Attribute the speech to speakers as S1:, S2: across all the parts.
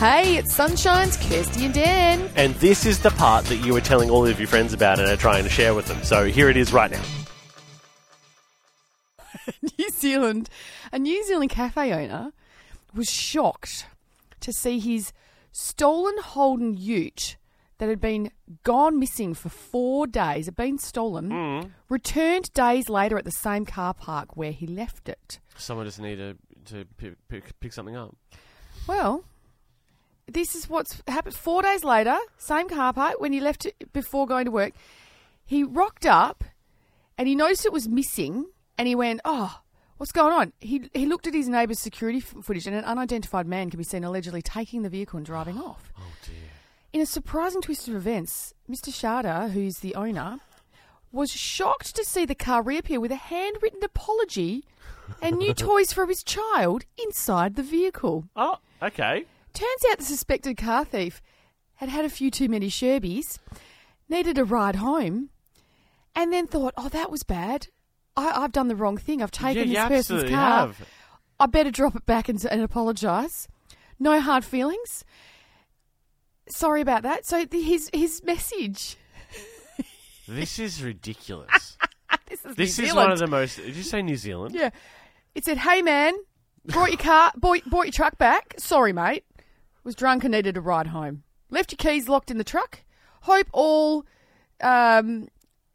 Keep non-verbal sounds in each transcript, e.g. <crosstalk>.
S1: Hey, it's Sunshine's Kirsty and Dan.
S2: And this is the part that you were telling all of your friends about and are trying to share with them. So here it is right now.
S1: <laughs> New Zealand, a New Zealand cafe owner was shocked to see his stolen Holden ute that had been gone missing for four days, had been stolen, returned days later at the same car park where he left it.
S2: Someone just needed to pick, pick, pick something up.
S1: Well, this is what's happened. Four days later, same car park, when he left it before going to work, he rocked up and he noticed it was missing and he went, Oh, what's going on? He, he looked at his neighbour's security f- footage and an unidentified man can be seen allegedly taking the vehicle and driving off.
S2: Oh dear.
S1: In a surprising twist of events, Mr. Sharda, who's the owner, was shocked to see the car reappear with a handwritten apology and
S2: <laughs>
S1: new toys for his child inside the vehicle.
S2: Oh, okay.
S1: Turns out the suspected car thief had had a few too many sherbies, needed a ride home, and then thought, oh, that was bad. I, I've done the wrong thing. I've
S2: yeah,
S1: taken
S2: you
S1: this person's
S2: absolutely
S1: car.
S2: have.
S1: I better drop it back and, and apologise. No hard feelings. Sorry about that. So the, his his message.
S2: This
S1: <laughs>
S2: is ridiculous.
S1: This is,
S2: this
S1: New
S2: is
S1: Zealand.
S2: one of the most. Did you say New Zealand?
S1: Yeah. It said, hey, man, brought your car, bought, bought your truck back. Sorry, mate. Was drunk and needed a ride home. Left your keys locked in the truck. Hope all, um,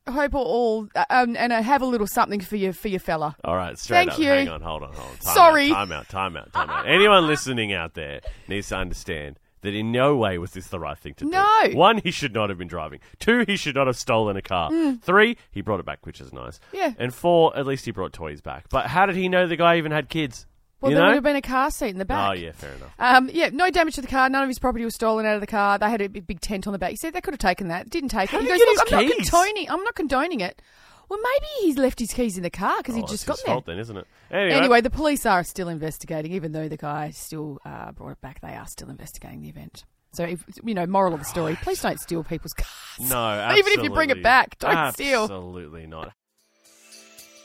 S1: hope all, uh, um, and uh, have a little something for your, for your fella.
S2: All right, straight
S1: Thank
S2: up.
S1: you.
S2: Hang on, hold on, hold on. Time
S1: Sorry.
S2: Out, time out, time out, time out. Anyone listening out there needs to understand that in no way was this the right thing to
S1: No.
S2: do. One, he should not have been driving. Two, he should not have stolen a car. Three, he brought it back, which is nice.
S1: Mm. Yeah.
S2: And four, at least he brought toys back. But how did he know the guy even had kids?
S1: Well,
S2: you
S1: there
S2: know?
S1: would have been a car seat in the back.
S2: Oh, yeah, fair enough.
S1: Um, yeah, no damage to the car. None of his property was stolen out of the car. They had a big big tent on the back. He said they could have taken that. Didn't take
S2: How
S1: it. He goes,
S2: did he
S1: Look,
S2: get
S1: I'm
S2: his
S1: not
S2: keys?"
S1: condoning. I'm not condoning it. Well, maybe he's left his keys in the car because
S2: Oh,
S1: he
S2: it's
S1: just
S2: his
S1: got there.
S2: fault then, isn't it? Anyway,
S1: Anyway, the police are still investigating, even though the guy still uh, brought it back. They are still investigating the event. So, if, you know, moral of the story: please don't steal people's cars.
S2: No,
S1: <laughs> even if you bring it
S2: absolutely-
S1: back, don't steal.
S2: Absolutely not.